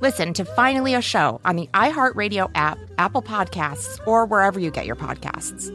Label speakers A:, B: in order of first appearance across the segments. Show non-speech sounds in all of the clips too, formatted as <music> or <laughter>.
A: Listen to Finally a Show on the iHeartRadio app, Apple Podcasts, or wherever you get your podcasts.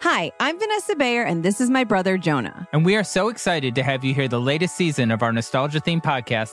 B: Hi, I'm Vanessa Bayer, and this is my brother Jonah.
C: And we are so excited to have you hear the latest season of our nostalgia themed podcast,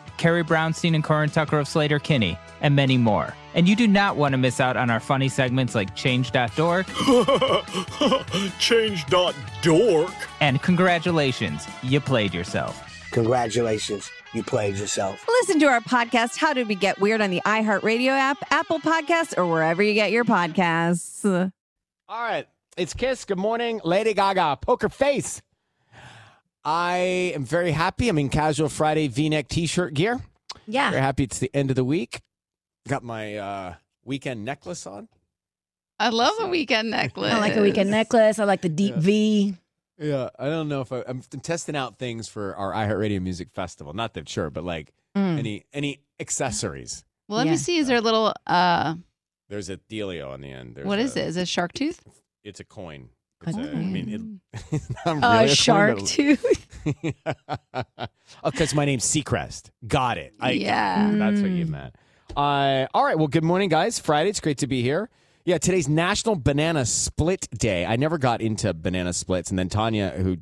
C: Carrie Brownstein and Corin Tucker of Slater Kinney, and many more. And you do not want to miss out on our funny segments like Change.dork
D: <laughs> Change dot dork.
C: and Congratulations, You Played Yourself.
E: Congratulations, you played yourself.
B: Listen to our podcast, How Did We Get Weird, on the iHeartRadio app, Apple Podcasts, or wherever you get your podcasts.
F: All right. It's Kiss. Good morning, Lady Gaga. Poker face. I am very happy. I'm in casual Friday V-neck T-shirt gear.
G: yeah.
F: Very happy. It's the end of the week. Got my uh, weekend necklace on.
H: I love a weekend necklace.
I: I like a weekend necklace. I like the deep
F: Yeah.
I: V.
F: Yeah, I don't know if I, I'm, I'm testing out things for our iHeartRadio Music Festival. Not that sure, but like
I: Mm.
F: any any accessories.
H: Well, let
I: Yeah.
H: me see. Is there a little? uh
F: There's a dealio on the end. There's
H: What is
F: a-
H: it? Is it shark tooth?
F: It's a coin.
H: A
F: It's a- I mean, it, it's <laughs> not really
I: Uh,
F: a coin, <laughs>
I: shark
F: but-
I: tooth.
F: because my name's Seacrest. Got it. I,
H: Yeah.
F: That's what you
I: Mm.
F: meant. Uh, all right. Well, good morning, guys. Friday. It's great to be here. Yeah, today's National Banana Split Day. I never got into banana splits. And then Tanya, who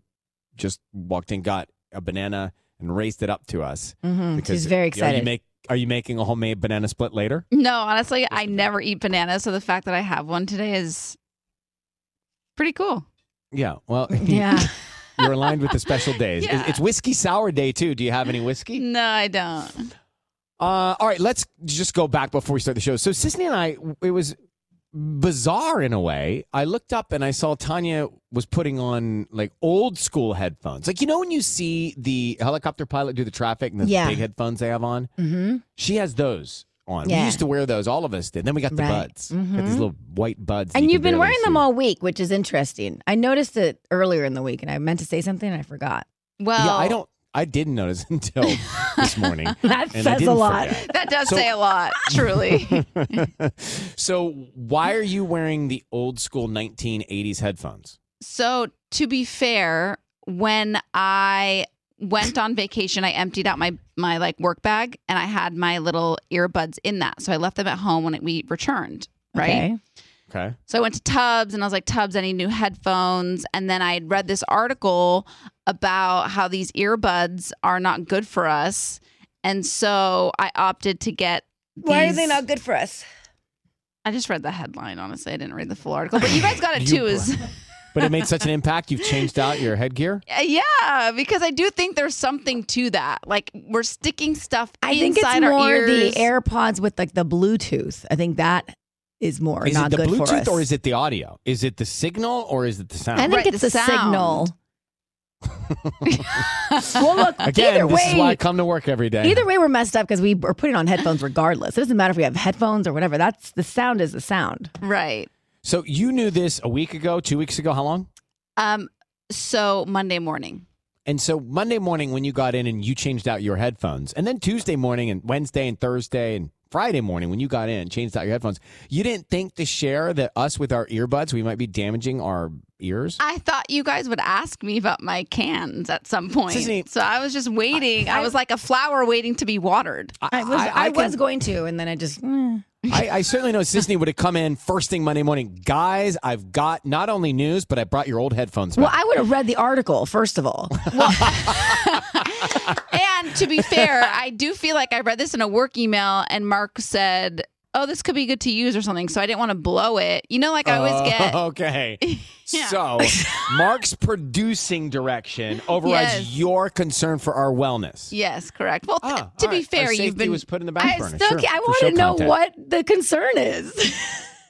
F: just walked in, got a banana and raced it up to us.
I: Mm-hmm. She's
F: you know, Are
I: very
F: you,
I: excited.
F: make, are you making a homemade banana split later?
H: No, honestly, I never eat bananas, so the fact that I have one today is pretty cool.
F: Yeah. Well,
H: <laughs>
I: yeah.
F: you're aligned with the special days. It's-
H: Yeah.
F: It's Whiskey Sour Day, too. Do you have any whiskey?
H: <laughs> No, I don't.
F: Uh, all right, let's just go back before we start the show. So Sisney and I, it was bizarre in a way. I looked up and I saw Tanya was putting on like old school headphones. Like you know when you see the helicopter pilot do the traffic and the
I: Yeah.
F: big headphones they have on.
I: Mm-hmm.
F: She has those on. We
I: Yeah.
F: used to wear those. All of us did. Then we got the
I: Right.
F: buds. Got these
I: Mhm.
F: little white buds. that
I: And
F: you
I: you've
F: can barely
I: been wearing them
F: see.
I: all week, which is interesting. I noticed it earlier in the week and I meant to say something and I forgot. <laughs>
H: Well,
F: yeah, I don't. I didn't notice until this morning.
I: That
F: And I
I: says a
F: didn't
I: lot.
F: forget.
I: <laughs>
H: That does
F: So-
H: say a lot, truly.
F: <laughs> so why are you wearing the old school 1980s headphones?
H: so, to be fair, when I went on vacation, I emptied out my my like work bag and I had my little earbuds in that. So I left them at home when we returned. right?
I: Okay.
F: Okay.
H: So I went to Tubbs and I was like, Tubbs, I need new headphones. And then I had read this article about how these earbuds are not good for us. And so I opted to get.
J: Why are
H: these-
J: they not good for us?
H: I just read the headline, honestly. I didn't read the full article, but you guys got it too. Is
F: But it made such an impact. You've changed out your headgear.
H: <laughs> yeah, because I do think there's something to that. Like we're sticking stuff
J: I think it's
H: inside our
J: more
H: ears.
J: the AirPods with like the Bluetooth. I think that is more
F: is
J: not
F: it the
J: good for
F: Bluetooth
J: us.
F: or is it the audio? Is it the signal or is it the sound?
J: I think it's a signal. <laughs> well, look,
F: Again,
J: either
F: this
J: way,
F: is why I come to work every day.
J: either way, we're messed up because we are putting on headphones regardless. It doesn't matter if we have headphones or whatever. That's the sound is the sound.
H: right.
F: So you knew this a week ago, two weeks ago. How long?
H: Um. So Monday morning.
F: And so Monday morning when you got in and you changed out your headphones, and then Tuesday morning and Wednesday and Thursday and Friday morning when you got in and changed out your headphones, you didn't think to share that us with our earbuds, we might be damaging our ears?
H: I thought you guys would ask me about my cans at some point.
F: Sissy,
H: so I was just waiting. I, was like a flower waiting to be watered.
F: I was- I- I I was can-
J: going to, and then I just. mm.
F: I, I certainly know Sisney would have come in first thing Monday morning. Guys, I've got not only news, but I brought your old headphones back.
J: Well, I would have read the article first of
F: <laughs>
J: all. <laughs>
H: And to be fair, I do feel like I read this in a work email, and Mark said, "Oh, this could be good to use or something." So I didn't want to blow it. You know, like I always <laughs> get.
F: Okay. So, Mark's producing direction overrides
H: Yes.
F: your concern for our wellness.
H: Yes, correct. Well, th-
F: Ah,
H: to
F: all
H: be
F: right. Our
H: fair,
F: safety
H: you've been
F: was put in the back
H: I
F: burner.
H: still
F: Sure,
H: ca- I
F: for
H: want
F: show
H: to know
F: content.
H: what
J: the concern is.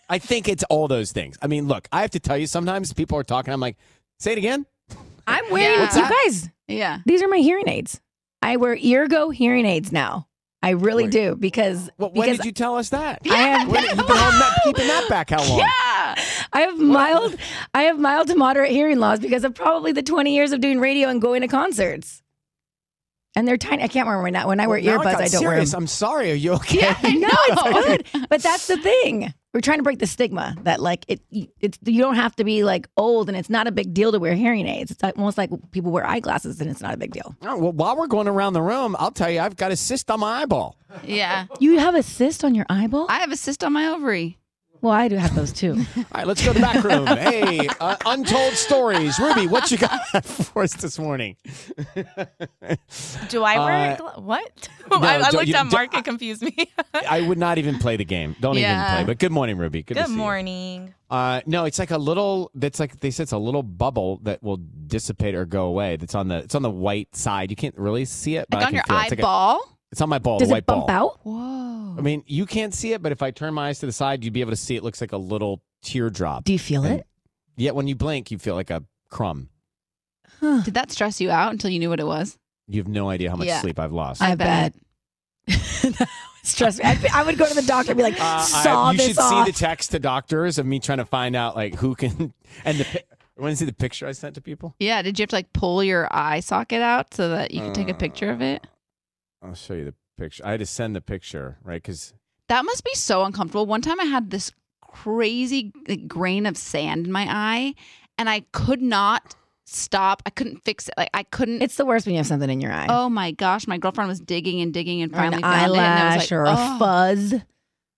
F: I think it's all those things. I mean, look, I have to tell you, sometimes people are talking. I'm like, say it again.
J: I'm wearing
F: What's
J: you
F: that?
J: guys.
H: Yeah.
J: These are my hearing aids. I wear Eargo hearing aids now. I really do because
F: When
J: because
F: did you tell us that?
J: I have-
F: When, you've been holding that, keeping that back how long?
H: Yeah.
J: I have mild I have mild to moderate hearing loss because of probably the 20 years of doing radio and going to concerts. And they're tiny. I can't remember when I, when I wear
F: Now
J: earbuds.
F: got
J: I, don't wear
F: serious.
J: them.
F: I'm sorry. Are you okay? <laughs>
J: no, it's good. But that's the thing. We're trying to break the stigma that like it, it's you don't have to be like old and it's not a big deal to wear hearing aids. It's almost like people wear eyeglasses and it's not a big deal.
F: All right, Oh, well, while we're going around the room, I'll tell you, I've got a cyst on my eyeball.
H: Yeah.
J: You have a cyst on your eyeball?
H: I have a cyst on my ovary.
J: Well, I do have those too.
F: All right, let's go to the back room. hey, uh, untold stories. Ruby, what you got for us this morning?
G: Do I wear
F: Uh,
G: gla- what?
F: no,
G: I, I
F: don't-
G: looked
F: you-
G: at
F: don't-
G: Mark. It confused me.
F: I would not even play the game. Don't
G: Yeah.
F: even play. But good morning, Ruby. Good, to see you.
G: morning.
F: Uh, no, it's like a little. That's like they said. It's a little bubble that will dissipate or go away. That's on the. It's on the white side. You can't really see it, but
H: Like
F: I
H: on
F: can
H: your
F: feel it. It's like a-
H: eyeball?
F: it's on my ball.
J: Does
F: the white
J: it bump
F: ball.
J: out?
H: Whoa.
F: I mean, you can't see it, but if I turn my eyes to the side, you'd be able to see. It looks like a little teardrop.
J: Do you feel
F: it? Yeah, when you blink, you feel like a crumb.
H: Did that stress you out until you knew what it was?
F: You have no idea how much
H: Yeah.
F: sleep I've lost.
H: I bet.
J: <laughs> Stress me. I'd be- I, would go to the doctor and be like,
F: Uh, I-
J: saw
F: you
J: this
F: should
J: off.
F: see the text to doctors of me trying to find out like who can and the. pi- Want to see the picture I sent to people?
H: Yeah. Did you have to like pull your eye socket out so that you could take a picture of it?
F: Uh, I'll show you the picture. I had to send the picture, right? Because
H: That must be so uncomfortable. One time I had this crazy like, grain of sand in my eye and I could not stop. I couldn't fix it. Like I couldn't.
J: It's the worst when you have something in your eye.
H: Oh my gosh, my girlfriend was digging and digging and
J: or
H: finally
J: an
H: found it and I was like,
J: eyelash or a
H: "Oh."
J: fuzz.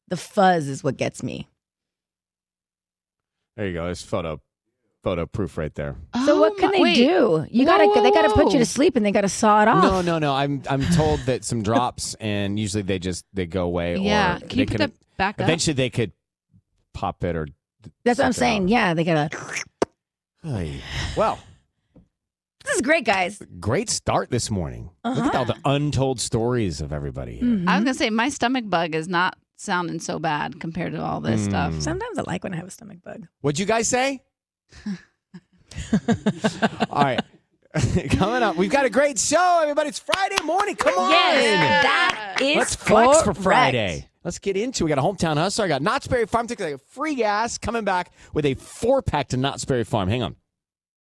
J: The fuzz is what gets me.
F: there you go. There's photo, photo proof right there.
J: so <gasps> what
H: oh
J: can
H: my-
J: they
H: wait.
J: do? You gotta
H: Whoa,
J: they gotta put you
H: whoa.
J: to sleep and they gotta saw it off.
F: No, no, no. I'm I'm told that some drops and usually they just they go away.
J: Yeah.
F: Or
J: Can you
F: they
J: put that back up?
F: Eventually they could pop it or.
J: That's what I'm
F: suck it
J: saying. Yeah, they gotta.
F: out. Ay. Well,
J: This is great, guys.
F: great start this morning. Look at all the
H: Uh-huh.
F: untold stories of everybody here.
H: I was gonna say my stomach bug is not sounding so bad compared to all this stuff.
F: Mm.
J: Sometimes I like when I have a stomach bug.
F: What'd you guys say? <laughs> all right. <laughs> Coming up, we've got a great show, everybody. It's Friday morning. Come on.
J: Yes, that is
F: Let's flex for
J: correct.
F: Friday. Let's get into. it. We got a hometown hustler. I got Knott's Berry Farm tickets. I got free gas coming back with a four pack to Knott's Berry Farm. Hang on.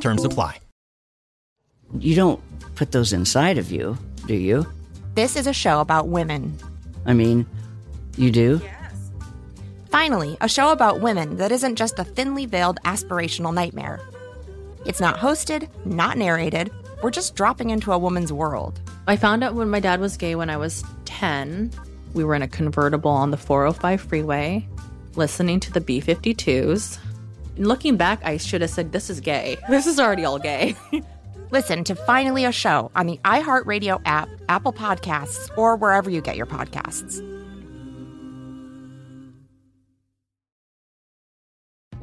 K: Terms apply.
L: You don't put those inside of you, do you?
A: This is a show about women.
L: I mean, you do?
A: Finally, a show about women that isn't just a thinly veiled aspirational nightmare. It's not hosted, not narrated. We're just dropping into a woman's world.
G: I found out when my dad was gay when I was 10. We were in a convertible on the 405 freeway, listening to the B 52s. Looking back, I should have said, This is gay. <laughs> This is already all gay. <laughs>
A: Listen to Finally a Show on the iHeartRadio app, Apple Podcasts, or wherever you get your podcasts.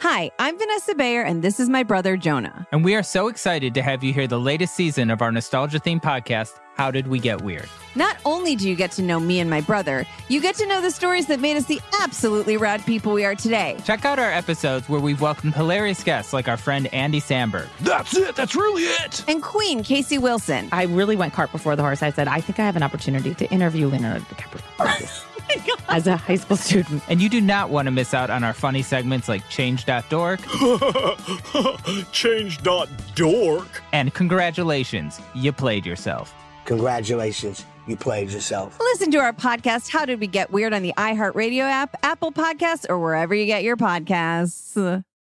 B: Hi, I'm Vanessa Bayer, and this is my brother Jonah.
C: And we are so excited to have you hear the latest season of our nostalgia themed podcast, How Did We Get Weird?
B: Not only do you get to know me and my brother, you get to know the stories that made us the absolutely rad people we are today.
C: Check out our episodes where we've welcomed hilarious guests like our friend Andy Samberg.
D: That's it. That's really it.
B: And Queen Casey Wilson.
I: I really went cart before the horse. I said, I think I have an opportunity to interview Leonardo DiCaprio as a high school student.
C: And you do not want to miss out on our funny segments like Change.dork
D: Change.dork.
C: and Congratulations, You Played Yourself.
E: Congratulations, you played yourself.
B: Listen to our podcast, How Did We Get Weird, on the iHeartRadio app, Apple Podcasts, or wherever you get your podcasts.